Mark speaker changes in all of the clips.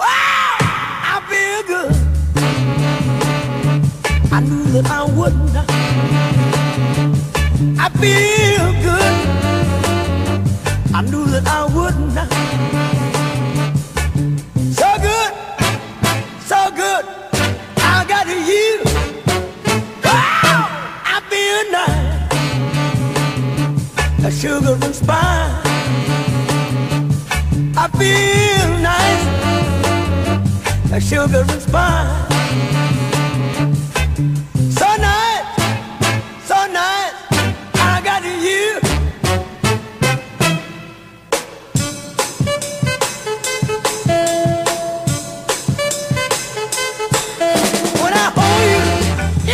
Speaker 1: I feel good. I knew that I would not. I feel good. I knew that I would not. So good, so good. I got Oh, to you. Wow, I feel nice. A sugar and spice. I feel nice a sugar and spice. So nice, so nice, I got you. When I hold you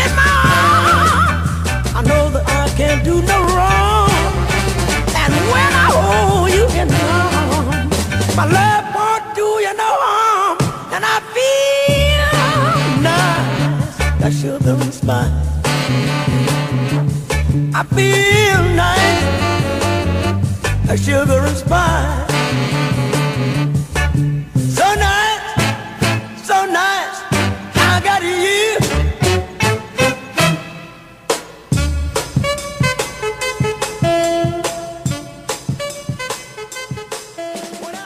Speaker 1: in my arms, I know that I can do no wrong. And when I hold you in my arms, my love won't do you no harm. And I feel nice, that sugar and spice. I feel nice, that sugar and spice. So nice, so nice, I got you.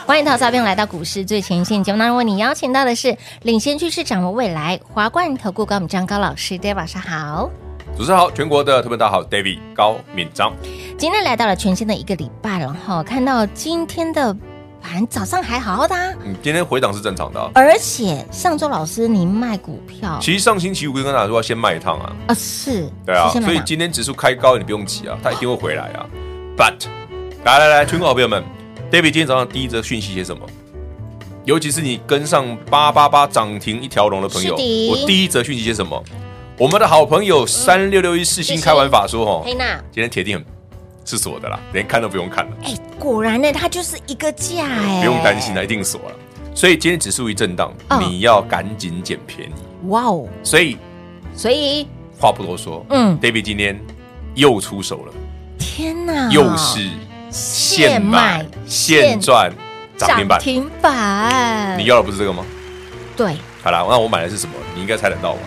Speaker 2: 欢迎投资者朋友来到股市最前线节目当中，为你邀请到的是领先趋势、掌握未来华冠投顾高敏章高老师，大家晚上好。
Speaker 3: 主持人好，全国的特别大家好，David 高敏章，
Speaker 2: 今天来到了全新的一个礼拜了哈，看到今天的盘早上还好好的、啊，
Speaker 3: 嗯，今天回档是正常的、啊。
Speaker 2: 而且上周老师您卖股票
Speaker 3: 其实上星期五跟大家说要先卖一趟啊，
Speaker 2: 啊是，
Speaker 3: 对啊，
Speaker 2: 是先买
Speaker 3: 所以
Speaker 2: 哪
Speaker 3: 今天指数开高你不用急啊，它一定会回来啊。But 来来来，全国好朋友们，David 今天早上第一则讯息写什么？尤其是你跟上八八八涨停一条龙的朋友，
Speaker 2: 是的
Speaker 3: 我第一则讯息写什么？我们的好朋友三六六一四星开完法说哦，
Speaker 2: 黑娜，
Speaker 3: 今天铁定很是锁的啦，连看都不用看了。
Speaker 2: 哎、果然呢，它就是一个价哎、
Speaker 3: 不用担心了，一定锁了。所以今天指数一震荡，
Speaker 2: 嗯
Speaker 3: 你要赶紧捡便宜。
Speaker 2: 哇哦，
Speaker 3: 所以
Speaker 2: 所以
Speaker 3: 话不多说，
Speaker 2: 嗯
Speaker 3: ，David 今天又出手了，
Speaker 2: 天哪，
Speaker 3: 又是现买现赚涨停板。
Speaker 2: 停板，
Speaker 3: 你要的不是这个吗？
Speaker 2: 对
Speaker 3: 好啦，那我买的是什么？你应该猜得到吧？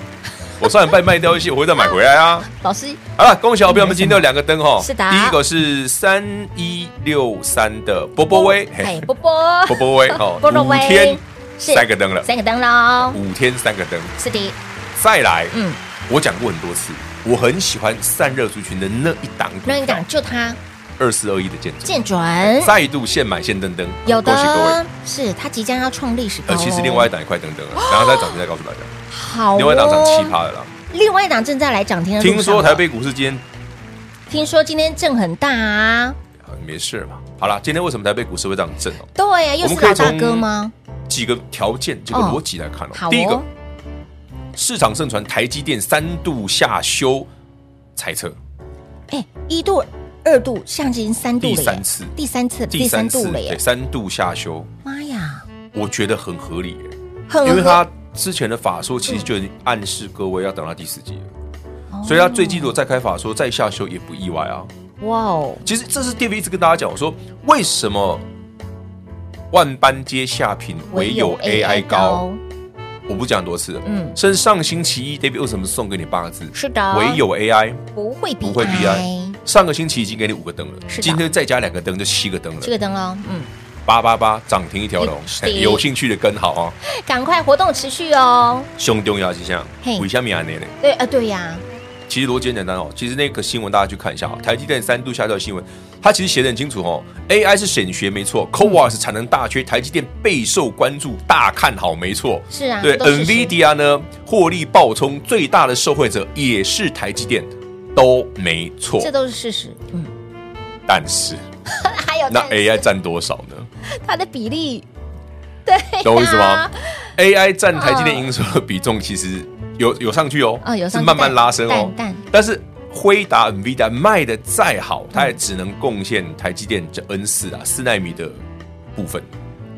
Speaker 3: 我上礼拜卖掉一些，我会再买回来啊。
Speaker 2: 老师
Speaker 3: 好了，恭喜好朋友们，今天有两个灯哦。
Speaker 2: 是的啊
Speaker 3: 第一个是三一六三的波波威，
Speaker 2: 哎
Speaker 3: 嘿
Speaker 2: 波波
Speaker 3: 波波威哦，
Speaker 2: 波波
Speaker 3: 五
Speaker 2: 威
Speaker 3: 天
Speaker 2: 是
Speaker 3: 三个灯了，
Speaker 2: 三个灯喽，
Speaker 3: 五天三个灯，
Speaker 2: 是的，
Speaker 3: 再来，
Speaker 2: 嗯，
Speaker 3: 我讲过很多次，我很喜欢散热族群的那一档股
Speaker 2: 那
Speaker 3: 票，
Speaker 2: 你讲就它
Speaker 3: 二四二一的建筑，
Speaker 2: 见准，
Speaker 3: 再度现买现登登，
Speaker 2: 有
Speaker 3: 恭喜各
Speaker 2: 的
Speaker 3: 位。
Speaker 2: 是它即将要创历史高、
Speaker 3: 呃，
Speaker 2: 哦，
Speaker 3: 其实另外一档也快登登了，然后再涨停再告诉大家，
Speaker 2: 好、哦，
Speaker 3: 另外一档涨七，趴了啦。
Speaker 2: 另外一档正在来涨停的路上
Speaker 3: 听
Speaker 2: 了，
Speaker 3: 说台北股市今天
Speaker 2: 听说今天震很大啊，
Speaker 3: 呃没事嘛？好啦，今天为什么台北股市会这样震哦？
Speaker 2: 对啊，又
Speaker 3: 我
Speaker 2: 是
Speaker 3: 们可
Speaker 2: 老
Speaker 3: 以
Speaker 2: 大
Speaker 3: 从
Speaker 2: 哥吗？
Speaker 3: 几个条件、几个
Speaker 2: 哦
Speaker 3: 逻辑来看
Speaker 2: 好哦
Speaker 3: 哦。第一个，市场盛传台积电三度下修猜测，
Speaker 2: 哎，一度、二度，现在已经三度了耶，
Speaker 3: 第三次
Speaker 2: 第三次，第三度了
Speaker 3: 对，
Speaker 2: 耶！
Speaker 3: 三度下修，
Speaker 2: 妈呀，
Speaker 3: 我觉得很合理耶。
Speaker 2: 很
Speaker 3: 因为他之前的法说其实就暗示各位要等到第四季了，所以他最近如果再开法说再下修也不意外啊。
Speaker 2: 哇哦，
Speaker 3: 其实这是 David 一直跟大家讲，我说为什么万般皆下品，唯有 AI 高。，我不讲很多次了，
Speaker 2: 嗯
Speaker 3: 嗯，甚至上星期一 David 为什么送给你八个字？
Speaker 2: 是的
Speaker 3: 唯有 AI
Speaker 2: 不会比
Speaker 3: 不会 BI
Speaker 2: 爱。
Speaker 3: 上个星期已经给你五个灯了，
Speaker 2: 是的
Speaker 3: 今天再加两个灯就七个灯了
Speaker 2: 这，个灯喽，嗯，
Speaker 3: 八八八涨停一条龙
Speaker 2: 是，的
Speaker 3: 嘿有兴趣的跟好啊，
Speaker 2: 赶快活动持续哦。
Speaker 3: 兄弟要去想
Speaker 2: 嘿，
Speaker 3: 为什么安尼呢？
Speaker 2: 对啊，对呀，
Speaker 3: 其实逻辑很简单哦，其实那个新闻大家去看一下哦，台积电三度下调新闻，它其实写的很清楚哦，AI 是显学没错 c o w a s 产能大缺，台积电备受关注，大看好没错。
Speaker 2: 是啊，
Speaker 3: 对
Speaker 2: 都是实
Speaker 3: ，NVIDIA 呢获利暴冲，最大的受惠者也是台积电，都没错。
Speaker 2: 这都是事实。嗯，
Speaker 3: 但是
Speaker 2: 还有
Speaker 3: 那
Speaker 2: 但是
Speaker 3: AI 占多少呢？
Speaker 2: 它的比例，
Speaker 3: 懂我意思吗？
Speaker 2: 啊
Speaker 3: AI 占台积电营收的比重其实有有上去哦，
Speaker 2: 哦有上去
Speaker 3: 是慢慢拉升哦
Speaker 2: 淡淡。
Speaker 3: 但是辉达、NVIDIA 卖的再好，它也只能贡献台积电这 N 四啊四纳米的部分，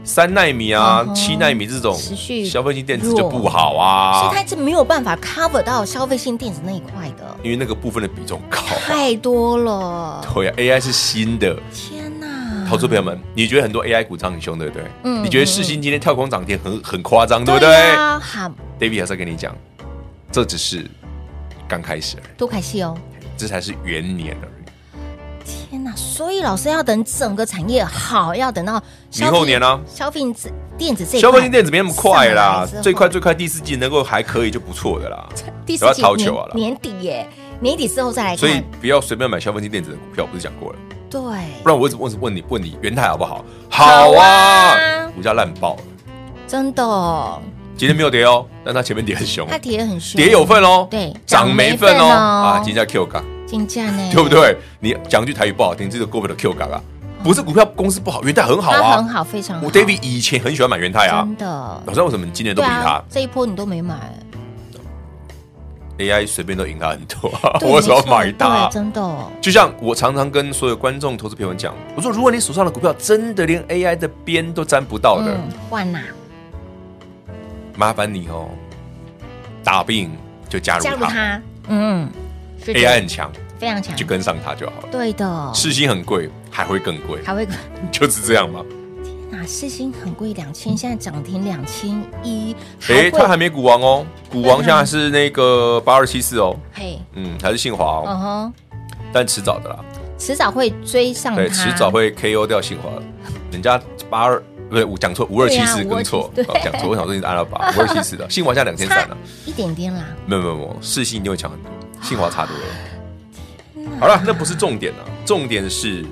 Speaker 3: 三纳米啊
Speaker 2: 嗯、哼
Speaker 3: 七纳米这种
Speaker 2: 持续
Speaker 3: 消费性电子就不好啊
Speaker 2: 是，它是没有办法 cover 到消费性电子那一块的，
Speaker 3: 因为那个部分的比重高 啊。
Speaker 2: 太多了，
Speaker 3: 对啊，AI 是新的。
Speaker 2: 天哪！
Speaker 3: 投资朋友们，你觉得很多 AI 股涨很凶，对不对？
Speaker 2: 嗯
Speaker 3: 你觉得世新今天跳空涨停很很夸张，对不对
Speaker 2: 对啊，好，
Speaker 3: ？David 还是要跟你讲，这只是刚开始而已。
Speaker 2: 多开心哦！
Speaker 3: 这才是元年而已，
Speaker 2: 天哪！所以老师要等整个产业好，要等到消费
Speaker 3: 明后年啊
Speaker 2: 消费电子电子这一
Speaker 3: 消
Speaker 2: 块
Speaker 3: 费性电子没那么快
Speaker 2: 上
Speaker 3: 啦
Speaker 2: 来之后，
Speaker 3: 最快最快第四季能够还可以就不错的啦，
Speaker 2: 第
Speaker 3: 不
Speaker 2: 四
Speaker 3: 要
Speaker 2: 季
Speaker 3: 逃
Speaker 2: 年
Speaker 3: 球啊啦
Speaker 2: 年底耶，年底之后再来看。
Speaker 3: 所以不要随便买消费性电子的股票，我不是讲过了？
Speaker 2: 对，
Speaker 3: 不然我只问只问你问你元泰好不好？
Speaker 2: 好
Speaker 3: 好
Speaker 2: 啊
Speaker 3: 啊，股价烂爆了，
Speaker 2: 真的哦，
Speaker 3: 今天没有跌哦，但它前面跌很凶，
Speaker 2: 它跌得很凶，
Speaker 3: 跌有份哦，
Speaker 2: 哎对
Speaker 3: 涨没份
Speaker 2: 涨没份
Speaker 3: 哦，
Speaker 2: 哦
Speaker 3: 啊，金价 Q 杠，
Speaker 2: 金价呢，
Speaker 3: 对不？对？你讲句台语不好听，这个股票的 Q 杠啊，不是股票公司不好，元泰很好
Speaker 2: 它很
Speaker 3: 啊，
Speaker 2: 好，非常好。
Speaker 3: 我 David 以前很喜欢买元泰啊
Speaker 2: 真，的
Speaker 3: 老，知道为什么今年都
Speaker 2: 对
Speaker 3: 不赢它
Speaker 2: 啊，这一波你都没买，
Speaker 3: ？AI 随便都赢它很多 啊，
Speaker 2: 对
Speaker 3: 我为什么要
Speaker 2: 没错
Speaker 3: 买它
Speaker 2: 对？真的哦，
Speaker 3: 就像我常常跟所有观众、投资朋友讲，我说，如果你手上的股票真的连 AI 的边都沾不到的，
Speaker 2: 嗯，换呐，
Speaker 3: 麻烦你哦，打不赢就加入
Speaker 2: 加
Speaker 3: 它
Speaker 2: 入它，嗯，是的
Speaker 3: AI 很强，
Speaker 2: 非常强
Speaker 3: 就，跟上它就好了。
Speaker 2: 对的，
Speaker 3: 世新很贵，还会更贵，
Speaker 2: 还会
Speaker 3: 就是这样嘛。
Speaker 2: 哪世新很贵，两千，现在涨停两千一，
Speaker 3: 诶，它还
Speaker 2: 会嗯
Speaker 3: 没股王哦，股王现在是那个八二七四哦，
Speaker 2: 嘿，
Speaker 3: 嗯，还是信华哦，
Speaker 2: 嗯哼，
Speaker 3: 但迟早的啦，
Speaker 2: 迟早会追上它，
Speaker 3: 对，迟早会 KO 掉信华的。人家八二不对，我讲错，五二
Speaker 2: 对
Speaker 3: 七
Speaker 2: 啊
Speaker 3: 四跟错，
Speaker 2: 5274
Speaker 3: 哦讲错，我想说你是阿拉巴，五二七四的，信华现在两千三
Speaker 2: 差
Speaker 3: 了。
Speaker 2: 一点点啦，
Speaker 3: 没有没有没有，世信一定会强很多，信华差多了。好了，那不是重点啊，重点是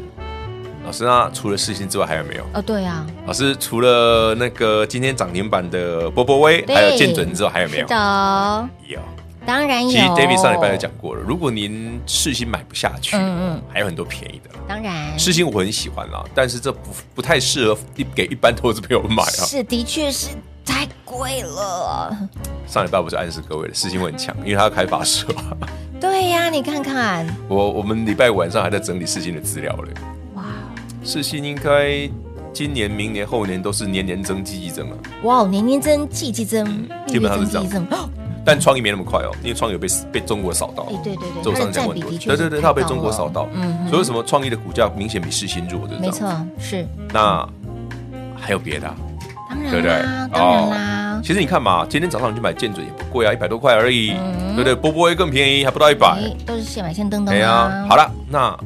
Speaker 3: 老师，那除了世信之外还有没有？
Speaker 2: 哦，对啊，
Speaker 3: 老师除了那个今天涨停板的波波威，
Speaker 2: 对
Speaker 3: 还有剑准之外还有没有
Speaker 2: 是？的，
Speaker 3: 有。
Speaker 2: 当然有，
Speaker 3: 其实 David 上礼拜就讲过了，如果您世信买不下去，
Speaker 2: 嗯嗯
Speaker 3: 还有很多便宜的啦。
Speaker 2: 当然
Speaker 3: 世信我很喜欢啦，但是这不不太适合一给一般投资朋友买啊。
Speaker 2: 是的确是太贵了，
Speaker 3: 上礼拜我就暗示各位了，世信会很强，因为它要开发射 啊。
Speaker 2: 对呀，你看看，
Speaker 3: 我我们礼拜晚上还在整理世信的资料嘞。
Speaker 2: 哇
Speaker 3: 世信应该今年、明年、后年都是年年增、季季增啊，
Speaker 2: 哇哦，年年增，季季增，
Speaker 3: 嗯基本上是这样
Speaker 2: 季季增。哦
Speaker 3: 但创意没那么快哦，因为创意有被被中国扫到。
Speaker 2: 哎对对对
Speaker 3: 这我上次讲过
Speaker 2: 它的占
Speaker 3: 很多
Speaker 2: 比的
Speaker 3: 次，
Speaker 2: 确
Speaker 3: 对对
Speaker 2: 是
Speaker 3: 对，
Speaker 2: 太
Speaker 3: 它
Speaker 2: 高
Speaker 3: 有被中国扫到
Speaker 2: 了。嗯
Speaker 3: 所以为什么创意的股价明显比世新弱？就是这样
Speaker 2: 没。错，是
Speaker 3: 那还有别的啊、
Speaker 2: 当
Speaker 3: 对不对哦
Speaker 2: 然啦，？当然啦，
Speaker 3: 其实你看嘛，今天早上你去买建准也不贵啊，一百多块而已，
Speaker 2: 嗯
Speaker 3: 对不对？波波也更便宜，还不到一百。
Speaker 2: 哎，都是现买现登登
Speaker 3: 哎
Speaker 2: 的
Speaker 3: 呀
Speaker 2: 啊，。
Speaker 3: 好，了，那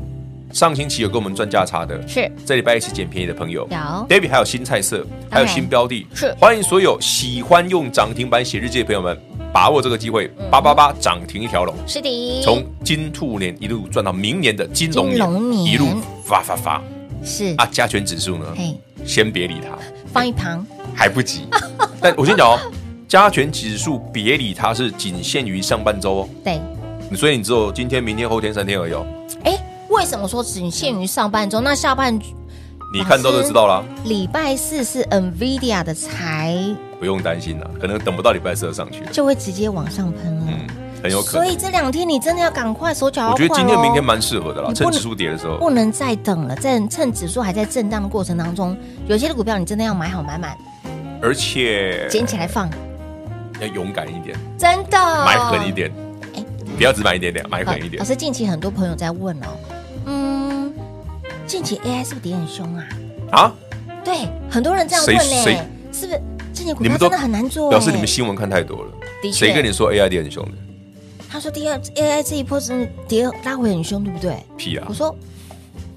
Speaker 3: 上星期有跟我们赚价差的，
Speaker 2: 是
Speaker 3: 这礼拜一起捡便宜的朋友
Speaker 2: 有
Speaker 3: ，David 还有新菜色，还有新标的，
Speaker 2: 是
Speaker 3: 欢迎所有喜欢用涨停板写日记的朋友们，把握这个机会，
Speaker 2: 嗯
Speaker 3: 八八八涨停一条龙，
Speaker 2: 是的，
Speaker 3: 从金兔年一路赚到明年的金龙
Speaker 2: 金龙
Speaker 3: 年，
Speaker 2: 年
Speaker 3: 一路发发发
Speaker 2: 是
Speaker 3: 啊！加权指数呢，
Speaker 2: 哎
Speaker 3: 先别理它，
Speaker 2: 放一旁，
Speaker 3: 还不急。 但我先讲哦，加权指数别理它是仅限于上半周哦，
Speaker 2: 对，
Speaker 3: 所以你只有今天、明天、后天三天而已哦。
Speaker 2: 哎，为什么说只限于上半周？那下半
Speaker 3: 你看到就知道啦，
Speaker 2: 礼拜四是 Nvidia 的财，
Speaker 3: 不用担心啦，可能等不到礼拜四就上去了，
Speaker 2: 就会直接往上喷了。
Speaker 3: 嗯，很有可
Speaker 2: 所
Speaker 3: 能。
Speaker 2: 以这两天你真的要赶快手脚要
Speaker 3: 我
Speaker 2: 快
Speaker 3: 觉得今天、
Speaker 2: 咯
Speaker 3: 明天蛮适合的啦，
Speaker 2: 你不
Speaker 3: 趁
Speaker 2: 能
Speaker 3: 指数跌的时候，
Speaker 2: 不能再等了，趁趁指数还在震荡的过程当中，有些的股票你真的要买好买满，
Speaker 3: 而且
Speaker 2: 捡起来放，
Speaker 3: 要勇敢一点，
Speaker 2: 真的
Speaker 3: 呃买狠一。点，
Speaker 2: 哦哎
Speaker 3: 不要只买一点点，买狠一
Speaker 2: 老
Speaker 3: 点。
Speaker 2: 师，近期很多朋友在问哦，嗯，近期 AI 是不是跌很凶啊？
Speaker 3: 啊！
Speaker 2: 对，很多人这样问
Speaker 3: 谁
Speaker 2: 呢
Speaker 3: 谁，
Speaker 2: 是不是近期股
Speaker 3: 你
Speaker 2: 票
Speaker 3: 们都
Speaker 2: 真的很难做？哎
Speaker 3: 表示你们，新闻看太多了
Speaker 2: 的，确
Speaker 3: 谁跟你说 AI 跌很凶的？
Speaker 2: 他说第二 AI 这一波真的跌拉回很凶，对不对？
Speaker 3: 屁啊
Speaker 2: 我！说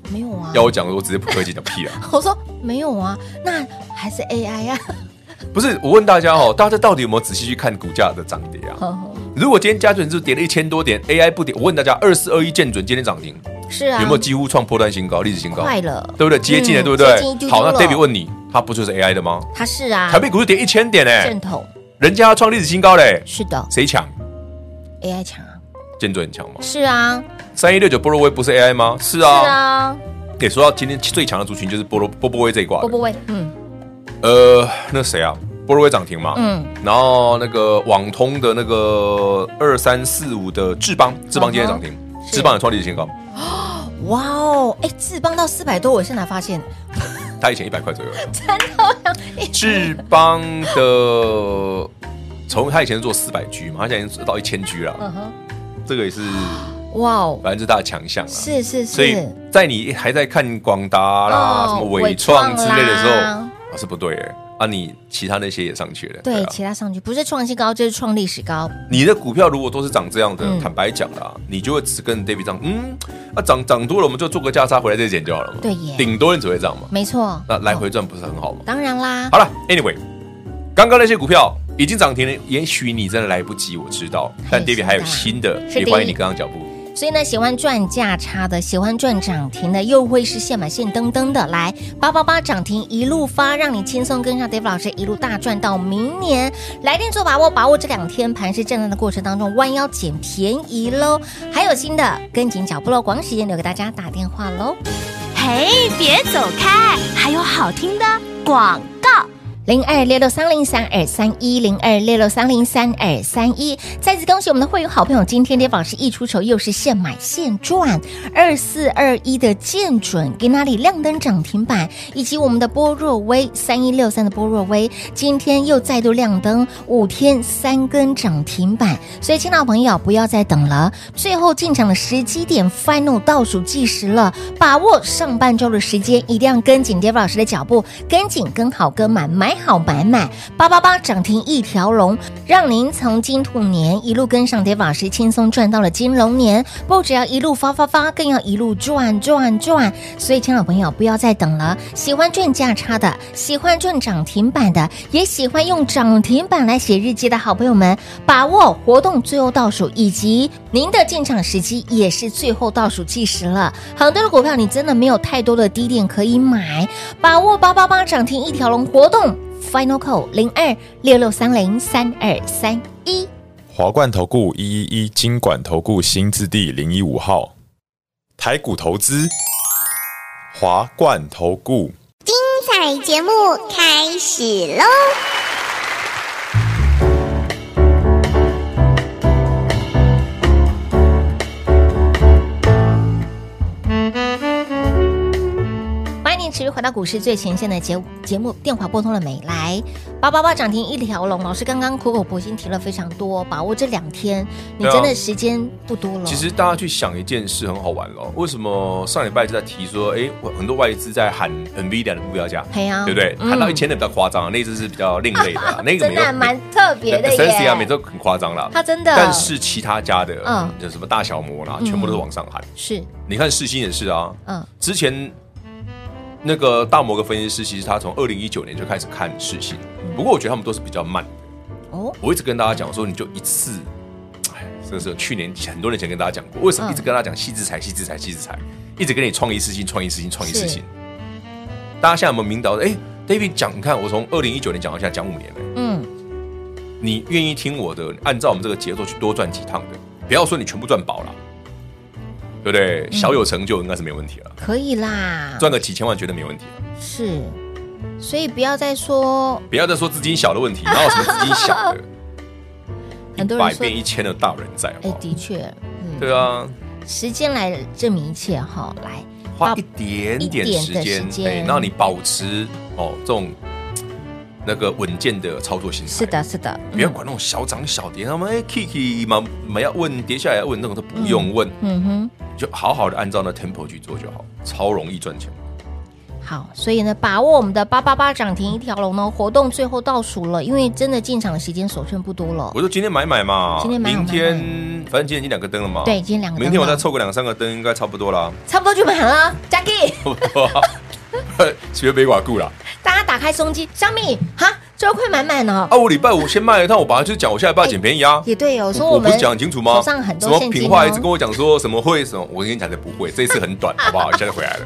Speaker 2: 没有啊，
Speaker 3: 要我讲，我直接不客气讲屁 啊！
Speaker 2: 我说没有啊，那还是 AI 啊。
Speaker 3: 不是，我问大家哦，大家到底有没有仔细去看股价的涨跌啊？如果今天加权指数跌了一千多点，AI 不跌，我问大家，二四二一见准今天涨停，
Speaker 2: 是啊，
Speaker 3: 有没有几乎创破断新高、历史新高？
Speaker 2: 快了
Speaker 3: 对不对？接近了，
Speaker 2: 嗯
Speaker 3: 对不
Speaker 2: 接近一丢
Speaker 3: 对？
Speaker 2: 丢
Speaker 3: 好，那
Speaker 2: 了
Speaker 3: David 问你，它不就是 AI 的吗？
Speaker 2: 它是啊，
Speaker 3: 台北股市跌一千点哎，
Speaker 2: 正统
Speaker 3: 人家要创历史新高嘞，
Speaker 2: 是的
Speaker 3: 谁抢？
Speaker 2: ，AI 强啊，
Speaker 3: 建准很强吗？
Speaker 2: 是啊，
Speaker 3: 三一六九波罗威不是 AI 吗？是
Speaker 2: 是
Speaker 3: 啊。
Speaker 2: 啊，
Speaker 3: 也说到今天最强的族群就是波罗波波威这一挂的。
Speaker 2: 波波威，嗯，
Speaker 3: 呃，那谁啊？波若威涨停嘛，
Speaker 2: 嗯，
Speaker 3: 然后那个网通的那个二三四五的智邦，智邦今天涨停，
Speaker 2: 嗯是
Speaker 3: 智邦也创历史新高，
Speaker 2: 哇哦，哎，智邦到四百多，我是哪发现？
Speaker 3: 它以前一百块左右，真的，智邦的从它以前是做四百 G 嘛，它现在已经到一千 G 了，
Speaker 2: 嗯哼，
Speaker 3: 这个也是
Speaker 2: 哇哦，
Speaker 3: 反正是它的强项啊。
Speaker 2: 是是
Speaker 3: 所以
Speaker 2: 是，
Speaker 3: 在你还在看广达啦、
Speaker 2: 哦
Speaker 3: 什么伟创之类的时候，
Speaker 2: 伟创啦
Speaker 3: 啊是不对哎，啊你其他那些也上去了，
Speaker 2: 对，
Speaker 3: 啊，
Speaker 2: 其他上去不是创新高就是创历史高，
Speaker 3: 你的股票如果都是涨这样的，
Speaker 2: 嗯
Speaker 3: 坦白讲啦，你就会只跟 David 涨，嗯，啊涨涨多了我们就做个价差回来再减就好了嘛，
Speaker 2: 对耶
Speaker 3: 顶多人只会涨嘛，
Speaker 2: 没错。
Speaker 3: 那来
Speaker 2: 哦，
Speaker 3: 回赚不是很好吗？
Speaker 2: 当然啦，
Speaker 3: 好了，Anyway，刚刚那些股票已经涨停了，也许你真的来不及，我知道，
Speaker 2: 还
Speaker 3: 但
Speaker 2: 有
Speaker 3: David 还有
Speaker 2: 新
Speaker 3: 新
Speaker 2: 的
Speaker 3: 的
Speaker 2: 啊，是
Speaker 3: 也
Speaker 2: 的
Speaker 3: 欢迎你跟上脚步。
Speaker 2: 所以呢，喜欢赚价差的，喜欢赚涨停的，又会是现买现登登的，来八八八涨停一路发，让你轻松跟上 Dave 老师一路大赚到明年。来电做把握，把握这两天盘势震荡的过程当中，弯腰捡便宜喽。还有新的，跟紧脚步喽，广时间留给大家打电话喽。
Speaker 4: 嘿，别走开，还有好听的广告。
Speaker 2: 零二六六三零三二三一零二六六三零三二三一。再次恭喜我们的会员好朋友，今天跌宝是一出手又是现买现赚，二四二一的见准给那里亮灯涨停板，以及我们的波若威三一六三的波若威，今天又再度亮灯，五天三根涨停板。所以，亲爱的朋友，不要再等了，最后进场的时机点 final 倒数计时了，把握上半周的时间，一定要跟紧 d a 老师的脚步，跟紧、跟好、跟满，买好买满，八八八涨停一条龙，让您从金兔年一路跟上 d a 老师，轻松赚到了金龙年。不只要一路发发发，更要一路赚赚赚。所以，亲爱的朋友，不要再等了，喜欢赚价差的，喜欢赚涨停板的，也喜欢用涨停板来写日记的好朋友们，把握活动最后倒数，以及您的进场时机也是最后倒数计时了。很多的股票你真的没有太多的低点可以买，把握八八八涨停一条龙活动 Final Call 零二六六三零三二三一。
Speaker 5: 华冠投顾一一一金管投顾新字第零一五号，台股投资，华冠投顾。
Speaker 6: 彩节目开始喽！
Speaker 2: 欢迎您持续回到股市最前线的节节目，电话拨通了没？来，八八八涨停一条龙，老师刚刚苦口婆心提了非常多，把握这两天，你
Speaker 3: 对啊
Speaker 2: 真的时间不多了。
Speaker 3: 其实大家去想一件事很好玩咯，为什么上礼拜就在提说，哎，很多外资在喊 NVIDIA 的目标价，
Speaker 2: 嘿啊
Speaker 3: 对不对？
Speaker 2: 嗯
Speaker 3: 喊到一千的比较夸张，那一只是比较另类 的啊，那个
Speaker 2: 真
Speaker 3: 没
Speaker 2: 的还
Speaker 3: 有
Speaker 2: 蛮特别的
Speaker 3: s e n s
Speaker 2: 耶，
Speaker 3: 啊，每周很夸张啦。
Speaker 2: 它真的
Speaker 3: 但是其他家的，
Speaker 2: 嗯
Speaker 3: 嗯，就什么大小魔啦，
Speaker 2: 嗯
Speaker 3: 全部都是往上喊。
Speaker 2: 是
Speaker 3: 你看世新也是啊，
Speaker 2: 嗯
Speaker 3: 之前那个大摩个分析师，其实他从二零一九年就开始看世新，
Speaker 2: 嗯
Speaker 3: 不过我觉得他们都是比较慢的。
Speaker 2: 哦
Speaker 3: 我一直跟大家讲说，你就一次，哎，这个是去年很多年前跟大家讲过，为什
Speaker 2: 嗯
Speaker 3: 么一直跟大家讲细制裁、细制裁、细制裁，一直跟你创意事情、创意事情、创意事
Speaker 2: 是
Speaker 3: 情。大家现在有没有明导？哎，David 讲，你看我从二零一九年讲到现在讲五年了，
Speaker 2: 嗯
Speaker 3: 你愿意听我的，按照我们这个节奏去多赚几趟的，不要说你全部赚饱了，对
Speaker 2: 嗯
Speaker 3: 不对？小有成就应该是没问题了，
Speaker 2: 可以啦，
Speaker 3: 赚个几千万绝对没问题了。
Speaker 2: 是，所以不要再说
Speaker 3: 不要再说资金小的问题，哪有什么资金小 的？
Speaker 2: 很多
Speaker 3: 一
Speaker 2: 人
Speaker 3: 百
Speaker 2: 说
Speaker 3: 变一千的大人在，好不
Speaker 2: 哎，
Speaker 3: 好？
Speaker 2: 的确，嗯，
Speaker 3: 对啊，
Speaker 2: 时间来证明一切哈，来哦
Speaker 3: 花一点点时
Speaker 2: 啊一点
Speaker 3: 间
Speaker 2: 的时，间
Speaker 3: 哎，让你保持哦这种那个稳健的操作心态。
Speaker 2: 是的，，是的，
Speaker 3: 不要管那种小涨小跌，他们哎 Kiki 嘛，嘛要问跌下来要问那种都不用问，
Speaker 2: 嗯哼。
Speaker 3: 就好好的按照那 tempo 去做就好，超容易赚钱。
Speaker 2: 哦好，所以呢，把握我们的八八八涨停一条龙呢，活动最后倒数了，因为真的进场的时间所剩不多了。
Speaker 3: 我说今天买买嘛，
Speaker 2: 今天买买
Speaker 3: 明天反正今天已经两个灯了嘛，
Speaker 2: 对，，今天两个，
Speaker 3: 明天我再，凑个两三个灯应该差不多啦，
Speaker 2: 差不多就满了。Jackie，
Speaker 3: 差不多啊。学北寡顾啦
Speaker 2: 大家打开收音机，小米哈，这快满满了。
Speaker 3: 啊！我礼拜五先卖了一趟，我本来就讲我下礼拜要捡便宜啊。
Speaker 2: 也对哦，说
Speaker 3: 我
Speaker 2: 我
Speaker 3: 不
Speaker 2: 们
Speaker 3: 是讲清楚吗？
Speaker 2: 手上很多
Speaker 3: 什
Speaker 2: 现
Speaker 3: 么
Speaker 2: 金、哦。
Speaker 3: 平话一直跟我讲说什么会什么，我跟你讲的不会，这一次很短，好 不好？一下就回来了。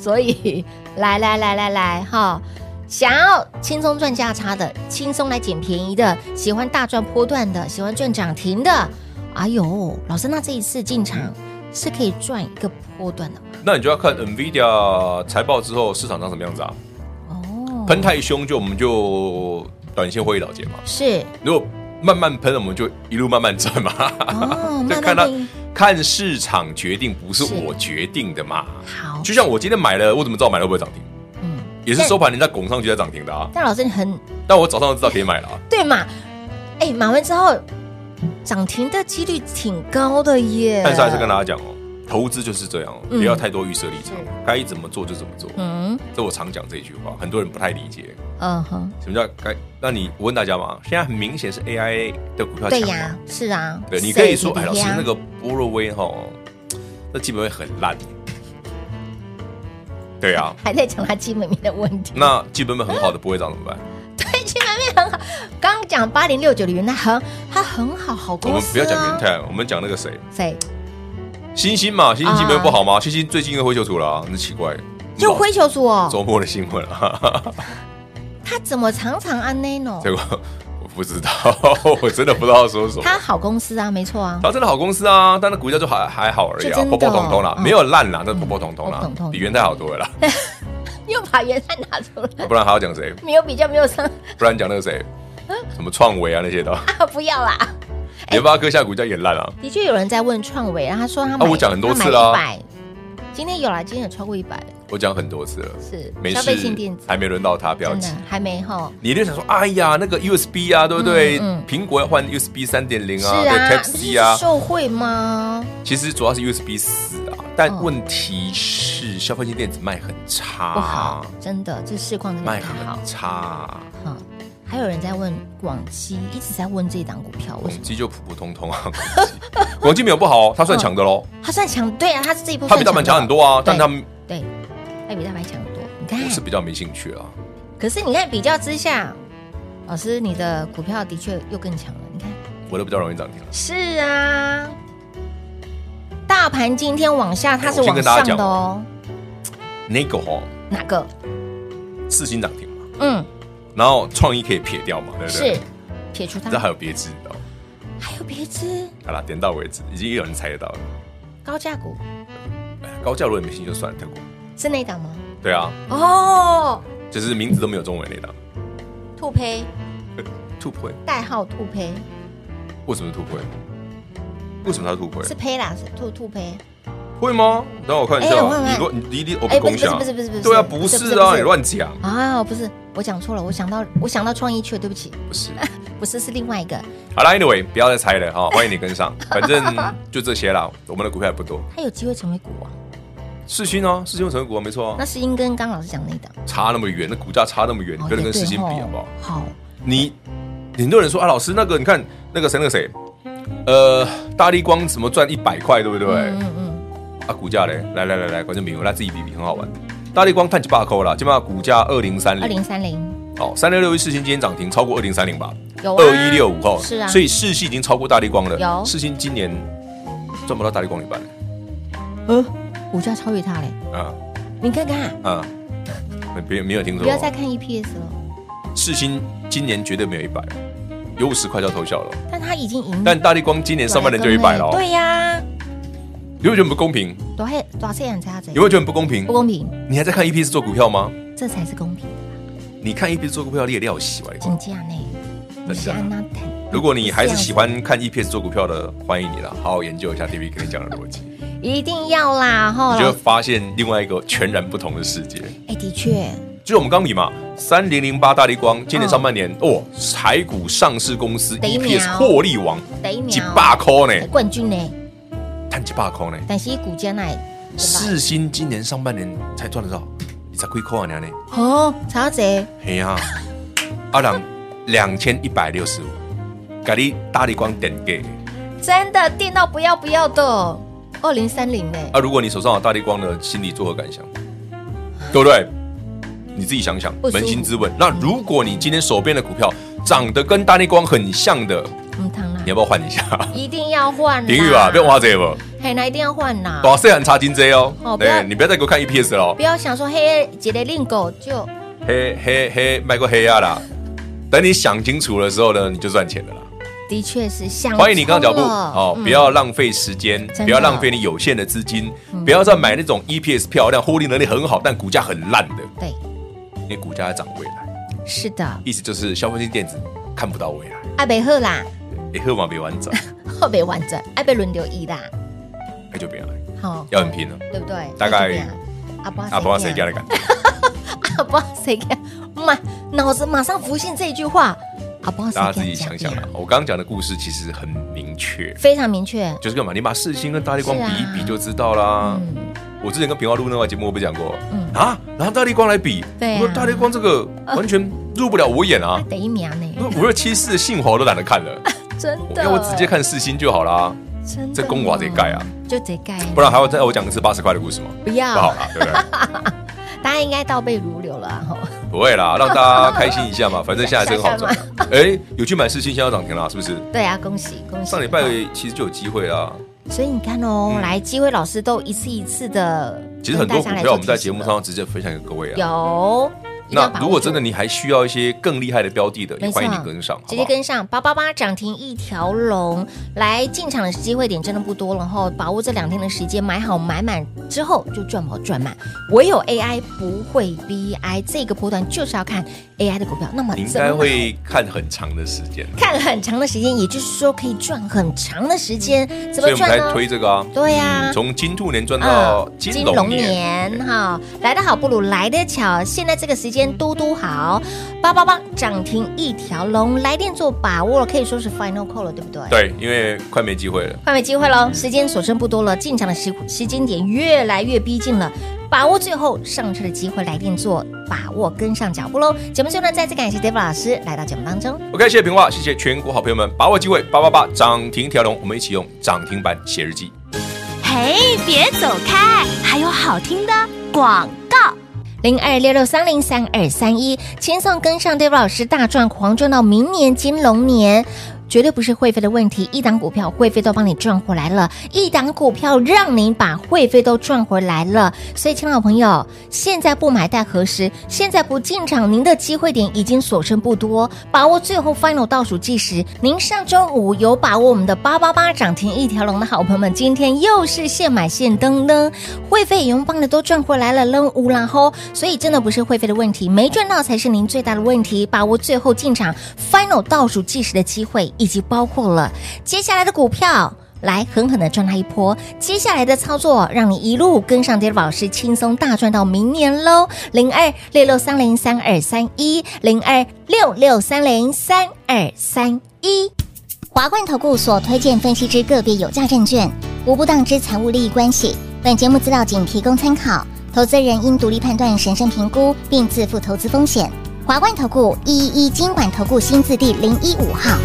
Speaker 2: 所以 来来来来来哈，想要轻松赚价差的，轻松来捡便宜的，喜欢大赚波段的，喜欢赚涨停的，哎呦，老师，那这一次进场是可以赚一个波段的吗？
Speaker 3: 那你就要看 NVIDIA 财报之后市场长什么样子啊？
Speaker 2: 哦，
Speaker 3: 喷太凶就我们就短线会了解嘛。
Speaker 2: 是
Speaker 3: 如果慢慢喷，我们就一路慢慢赚嘛。
Speaker 2: 哦慢
Speaker 3: 就
Speaker 2: 慢
Speaker 3: 看它
Speaker 2: 喷
Speaker 3: 看市场决定，不是
Speaker 2: 是
Speaker 3: 我决定的嘛。
Speaker 2: 好，
Speaker 3: 就像我今天买了，我怎么知道买了会不会涨停？
Speaker 2: 嗯，
Speaker 3: 也是收盘人家拱上去再涨停的啊。
Speaker 2: 但老师你很
Speaker 3: 但我早上就知道可以买了、啊，
Speaker 2: 对嘛？哎，买完之后涨停的几率挺高的耶，
Speaker 3: 但是还是跟大家讲哦，投资就是这样哦，
Speaker 2: 嗯
Speaker 3: 不要太多预设立场
Speaker 2: 是，
Speaker 3: 该怎么做就怎么做。
Speaker 2: 嗯
Speaker 3: 这我常讲这一句话，很多人不太理解
Speaker 2: 嗯哼，
Speaker 3: 什么叫该。那你我问大家嘛，现在很明显是 AI 的股票
Speaker 2: 对
Speaker 3: 强
Speaker 2: 呀
Speaker 3: 嘛？，
Speaker 2: 是啊，
Speaker 3: 对，你可以说，
Speaker 2: 谁
Speaker 3: 哎，老
Speaker 2: 理
Speaker 3: 师
Speaker 2: 得呀
Speaker 3: 那个波若威哈，那基本面很烂。对啊，
Speaker 2: 还在讲他基本面的问题。
Speaker 3: 那基本面很好的不会涨怎么办？
Speaker 2: 对，基本面很好。刚讲八零六九的元泰很，它很好，好
Speaker 3: 我
Speaker 2: 公
Speaker 3: 们
Speaker 2: 司、啊。
Speaker 3: 不要讲元，泰，我们讲那个谁，
Speaker 2: 谁
Speaker 3: 星星嘛，星星基本面不好吗？星星最近又灰球出了啊，那奇怪，
Speaker 2: 又啊灰球组哦，
Speaker 3: 周末的新闻啊，
Speaker 2: 他怎么常常按 nano？
Speaker 3: 结果我不知道， 我真的不知道说什么。
Speaker 2: 他好公司啊，没错啊，
Speaker 3: 它真的好公司啊，但那股价就还还好而已
Speaker 2: 是
Speaker 3: 啊，
Speaker 2: 真的
Speaker 3: 破破通通啦，
Speaker 2: 嗯
Speaker 3: 没有烂啦，但是破破通
Speaker 2: 破
Speaker 3: 通
Speaker 2: 破
Speaker 3: 啦
Speaker 2: 通通，
Speaker 3: 比元泰好多了 啦。
Speaker 2: 又把元泰拿出来，
Speaker 3: 不然还要讲谁？
Speaker 2: 没有比较，没有伤
Speaker 3: 不然讲那个谁，什么创维啊那些 的，
Speaker 2: 啊，哎不要啦。
Speaker 3: 联发科现在股价也烂啊。
Speaker 2: 的确有人在问创维，然后他说他买，
Speaker 3: 啊我讲很多次
Speaker 2: 了，
Speaker 3: 啦
Speaker 2: 百，今天有啦，今天有超过一百，
Speaker 3: 我讲很多次了，
Speaker 2: 是
Speaker 3: 没
Speaker 2: 消
Speaker 3: 事
Speaker 2: 费性电子，
Speaker 3: 还没轮到它，不要
Speaker 2: 真
Speaker 3: 急
Speaker 2: 的。还没吼。
Speaker 3: 你就想说，哎呀，那个 USB 啊，对不对
Speaker 2: 嗯嗯？
Speaker 3: 苹果要换 USB 三点零
Speaker 2: 是
Speaker 3: 啊，对
Speaker 2: 啊，
Speaker 3: Type
Speaker 2: 不是
Speaker 3: C 啊
Speaker 2: 是，受惠吗？
Speaker 3: 其实主要是 USB 四啊。但
Speaker 2: 嗯
Speaker 3: 问题是，消费性电子卖很差，
Speaker 2: 不好，真的，这市况真的
Speaker 3: 啊卖
Speaker 2: 不太好
Speaker 3: 很。差，
Speaker 2: 哈，嗯还有人在问广基，一直在问这档股票，为什
Speaker 3: 广
Speaker 2: 么？
Speaker 3: 基就普普通通啊。广基广基没有不好哦，它算强的喽，
Speaker 2: 它算强，对啊，它是这一波
Speaker 3: 它比大盘强很多啊。但它
Speaker 2: 们对，它比大盘强很多。你看
Speaker 3: 我，是比较没兴趣啊。
Speaker 2: 可是你看比较之下，老师你的股票的确又更强了。你看，
Speaker 3: 我都比较容易涨停了。
Speaker 2: 是啊，大盘今天往下，它是
Speaker 3: 我先
Speaker 2: 往
Speaker 3: 跟大家
Speaker 2: 上
Speaker 3: 讲
Speaker 2: 的哦。
Speaker 3: 那个哦，
Speaker 2: 哪个？
Speaker 3: 四星涨停嘛，
Speaker 2: 嗯，
Speaker 3: 然后创意可以撇掉嘛，对不对
Speaker 2: 是？撇除它
Speaker 3: 这，还有别致的哦。
Speaker 2: 还有别只
Speaker 3: 好啦，点到为止，已经有人猜得到了。
Speaker 2: 高价股
Speaker 3: 哎高价如果你没兴趣就算了，跳过。
Speaker 2: 是那一档吗？
Speaker 3: 对啊，
Speaker 2: 哦，
Speaker 3: 就是名字都没有中文那档。
Speaker 2: 兔胚
Speaker 3: 兔灰，
Speaker 2: 代号兔胚
Speaker 3: 为什么是兔灰？为什么它是兔灰？
Speaker 2: 是胚啦，是兔兔胚。
Speaker 3: 会吗？等我看一下
Speaker 2: 哎我问
Speaker 3: 啊，
Speaker 2: 问
Speaker 3: 你乱你你你我
Speaker 2: 哎
Speaker 3: 不
Speaker 2: 不
Speaker 3: 公
Speaker 2: 是
Speaker 3: 下，
Speaker 2: 不是不是不是
Speaker 3: 对啊，
Speaker 2: 不
Speaker 3: 不
Speaker 2: 是不是
Speaker 3: 是
Speaker 2: 不
Speaker 3: 啊，
Speaker 2: 是
Speaker 3: 你乱讲，
Speaker 2: 啊，不是，我讲错了，我想到我想到创意去了，对不起，
Speaker 3: 不是。
Speaker 2: 不是是另外一个，
Speaker 3: 好啦 a n y w a y 不要再猜了哈，欢迎你跟上， 反正就这些啦，我们的股票也不多。
Speaker 2: 他有机会成为股王，
Speaker 3: 世勋哦，世勋有成分股啊没错啊
Speaker 2: 那，是因跟刚刚老师讲那一档，
Speaker 3: 差那么远，那股价差那么远，你
Speaker 2: 哦
Speaker 3: 不
Speaker 2: 也
Speaker 3: 能跟
Speaker 2: 对
Speaker 3: 世勋比
Speaker 2: 吼
Speaker 3: 好不好？
Speaker 2: 好，
Speaker 3: 你很多人说啊，老师那个你看那个谁那个谁，呃，大力光怎么赚一百块，对不对？
Speaker 2: 嗯嗯，
Speaker 3: 啊，股价嘞，来来来来，观众朋友，来自己比比，很好玩。大力光探几把扣啦，基本上股价二零三
Speaker 2: 二
Speaker 3: 零，
Speaker 2: 零三零
Speaker 3: 好，三六六一世新今天涨停超过二零三零吧，
Speaker 2: 有啊
Speaker 3: 二一六五后，
Speaker 2: 是啊
Speaker 3: 所以世系已经超过大力光了。
Speaker 2: 有
Speaker 3: 世新今年赚不到大力光一半
Speaker 2: 股价超越它嘞，
Speaker 3: 啊
Speaker 2: 你看看，
Speaker 3: 啊，没没有听说
Speaker 2: 不要再
Speaker 3: 过，
Speaker 2: 看 EPS 了，
Speaker 3: 世新今年绝对没有一百，有五十块就要偷笑了，
Speaker 2: 但它已经赢，
Speaker 3: 但大力光今年上半年就一百了哦，
Speaker 2: 嗯啊对呀，
Speaker 3: 你会觉得很不公平？
Speaker 2: 多黑多黑人差这
Speaker 3: 你，会觉得很不公平
Speaker 2: 不？公平，
Speaker 3: 你还在看 EP 是做股票吗？
Speaker 2: 这才是公平，
Speaker 3: 你看 EP 做股票，你也料洗吧。
Speaker 2: 金价内，不是安娜坦，
Speaker 3: 如果你还是喜欢看 EP 做股票的，欢迎你了，好好研究一下 DB 跟你讲的 逻辑，你
Speaker 2: 一定要啦，哈，
Speaker 3: 就会
Speaker 2: 老
Speaker 3: 发现另外一个全然不同的世界。
Speaker 2: 哎，的确，
Speaker 3: 就是我们刚比嘛，三零零八大力光今年上半年哦，台股上市公司
Speaker 2: 嗯第一名
Speaker 3: EPS 获利王，
Speaker 2: 得一
Speaker 3: 几
Speaker 2: 秒，
Speaker 3: 百块呢，
Speaker 2: 冠军呢，
Speaker 3: 赚几百块呢。
Speaker 2: 但是股价内，
Speaker 3: 世新今年上半年才赚得到，你才亏块呢呢？
Speaker 2: 哦，超贼。
Speaker 3: 嘿呀、啊，阿郎两千一百六十五，给你大力光点给。
Speaker 2: 真的电到不要不要的，二零三零哎，
Speaker 3: 啊，如果你手上有大力光的，心里作何感想？对不对？你自己想想，
Speaker 2: 不舒服
Speaker 3: 扪心自问。那如果你今天手边的股票长得跟大力光很像的，
Speaker 2: 嗯，汤啦
Speaker 3: 你，要不要换 一下？
Speaker 2: 一定要换啦，啊
Speaker 3: 评语啊吧，不要花这个，
Speaker 2: 嘿，那一定要换啦，
Speaker 3: 哇，色很差金 J 哦
Speaker 2: 哦。不要
Speaker 3: 对，你不要再给我看 EPS 了哦
Speaker 2: 不，要想说嘿，姐的令狗就
Speaker 3: 黑黑黑，卖过黑啊啦。等你想清楚的时候呢，你就赚钱了啦。
Speaker 2: 的确是想
Speaker 3: 欢迎你刚刚脚步
Speaker 2: 通了
Speaker 3: 哦，
Speaker 2: 哦嗯
Speaker 3: 不要浪费时间，
Speaker 2: 的嗯
Speaker 3: 不要浪费你有限的资金，不要再 E 买那种 EPS 漂亮、获利能力很好但股价很烂的，
Speaker 2: 对，
Speaker 3: 因为股价在涨未来。
Speaker 2: 是的，啊
Speaker 3: 意思就是消费性电子看不到未来，
Speaker 2: 爱贝赫啦，
Speaker 3: 也喝完别完整，
Speaker 2: 后被完整，爱贝轮流一啦，
Speaker 3: 那哎就别来，
Speaker 2: 好，
Speaker 3: 要很拼了。
Speaker 2: 对不对？
Speaker 3: 大概
Speaker 2: 阿巴
Speaker 3: 啊，不知道谁家的 感觉，
Speaker 2: 阿巴谁干？妈，啊脑子马上浮现这一句话，阿巴谁
Speaker 3: 大家
Speaker 2: 干？
Speaker 3: 自己想啊想
Speaker 2: 啊
Speaker 3: 啦。我刚刚讲的故事其实很明确，
Speaker 2: 非常明确，
Speaker 3: 就是干嘛？你把世星跟大力光
Speaker 2: 是
Speaker 3: 比
Speaker 2: 啊
Speaker 3: 一比就知道啦。
Speaker 2: 嗯，
Speaker 3: 我之前跟平花录那个节目，我不是讲过
Speaker 2: 嗯
Speaker 3: 啊，拿大力光来比，
Speaker 2: 对啊
Speaker 3: 我说大力光这个完全入不了我眼啊。
Speaker 2: 得一秒呢，
Speaker 3: 五六七四信华都懒得看 了，
Speaker 2: 真的，
Speaker 3: 要我直接，看世星就好啦，
Speaker 2: 真的，
Speaker 3: 这公瓦得盖啊，
Speaker 2: 就得盖，
Speaker 3: 不然还要再我讲一次八十块的故事吗？
Speaker 2: 不
Speaker 3: 不
Speaker 2: 要，
Speaker 3: 好 啦，对不对？
Speaker 2: 大家应该倒背如流了啊吼。
Speaker 3: 不会啦，让大家开心一下嘛，反正现在真好赚
Speaker 2: 下。
Speaker 3: 哎，有去买世星，现在要涨停啦，是不是？
Speaker 2: 对啊，恭喜恭喜！
Speaker 3: 上礼拜其实就有机会啦。
Speaker 2: 所以你看哦，
Speaker 3: 嗯
Speaker 2: 来机会老师都一次一次的，
Speaker 3: 其实很多股票我们在节目上直接分享给各位啊。
Speaker 2: 有。一定要把
Speaker 3: 那
Speaker 2: 握
Speaker 3: 如果真的
Speaker 2: 住
Speaker 3: 你还需要一些更厉害的标的的，也
Speaker 2: 没错
Speaker 3: 欢迎你跟上，好
Speaker 2: 直
Speaker 3: 不
Speaker 2: 接
Speaker 3: 好？
Speaker 2: 跟上八八八涨停一条龙，来进场的机会点真的不多了哈，把握这两天的时间，买好买满之后就赚饱赚满。唯有 AI 不会 BI，这个波段就是要看 AI 的股票，那么
Speaker 3: 你应
Speaker 2: 怎么
Speaker 3: 该会看很长的时间，
Speaker 2: 看很长的时间，也就是说可以赚很长的时间， 怎
Speaker 3: 所以
Speaker 2: 么
Speaker 3: 我们
Speaker 2: 赚
Speaker 3: 才
Speaker 2: 呢？啊
Speaker 3: 推这个啊。
Speaker 2: 对呀、
Speaker 3: 从金兔年赚到金龙年，
Speaker 2: 哈、来得好不如来得巧。现在这个时间嘟嘟好，八八八涨停一条龙，来电做把握了，可以说是 final call 了，对不对？。
Speaker 3: 对，因为快没机会了。
Speaker 2: 快没机会喽，时间所剩不多了，进场的时时间点越来越逼近了，把握最后上车的机会，来电做把握，跟上脚步喽。节目最后呢，再次感谢 David 老师来到节目当中。
Speaker 3: OK，谢谢平话，谢谢全国好朋友们，把握机会，八八八涨停条龙，我们一起用涨停板写日记。
Speaker 4: 嘿，别走开，还有好听的广告。
Speaker 2: 零二六六三零三二三一，轻松跟上 David 老师大赚狂赚到明年金龙年。绝对不是会费的问题，一档股票会费都帮你赚回来了，一档股票让你把会费都赚回来了。所以，亲爱的朋友，现在不买待何时？现在不进场，您的机会点已经所剩不多，把握最后 final 倒数计时。您上周五有把握我们的八八八涨停一条龙的好朋友们，今天又是现买现登登，会费也用帮的都赚回来了，扔乌啦吼！所以真的不是会费的问题，没赚到才是您最大的问题。把握最后进场 final 倒数计时的机会，以及包括了接下来的股票。来狠狠的赚它一波，接下来的操作让你一路跟上 David 老师，轻松大赚到明年喽！零二六六三零三二三一，零二六六三零三二三一。
Speaker 6: 华冠投顾所推荐分析之个别有价证券，无不当之财务利益关系。本节目资料仅提供参考，投资人应独立判断、审慎评估，并自负投资风险。华冠投顾一一一金管投顾新字第零一五号。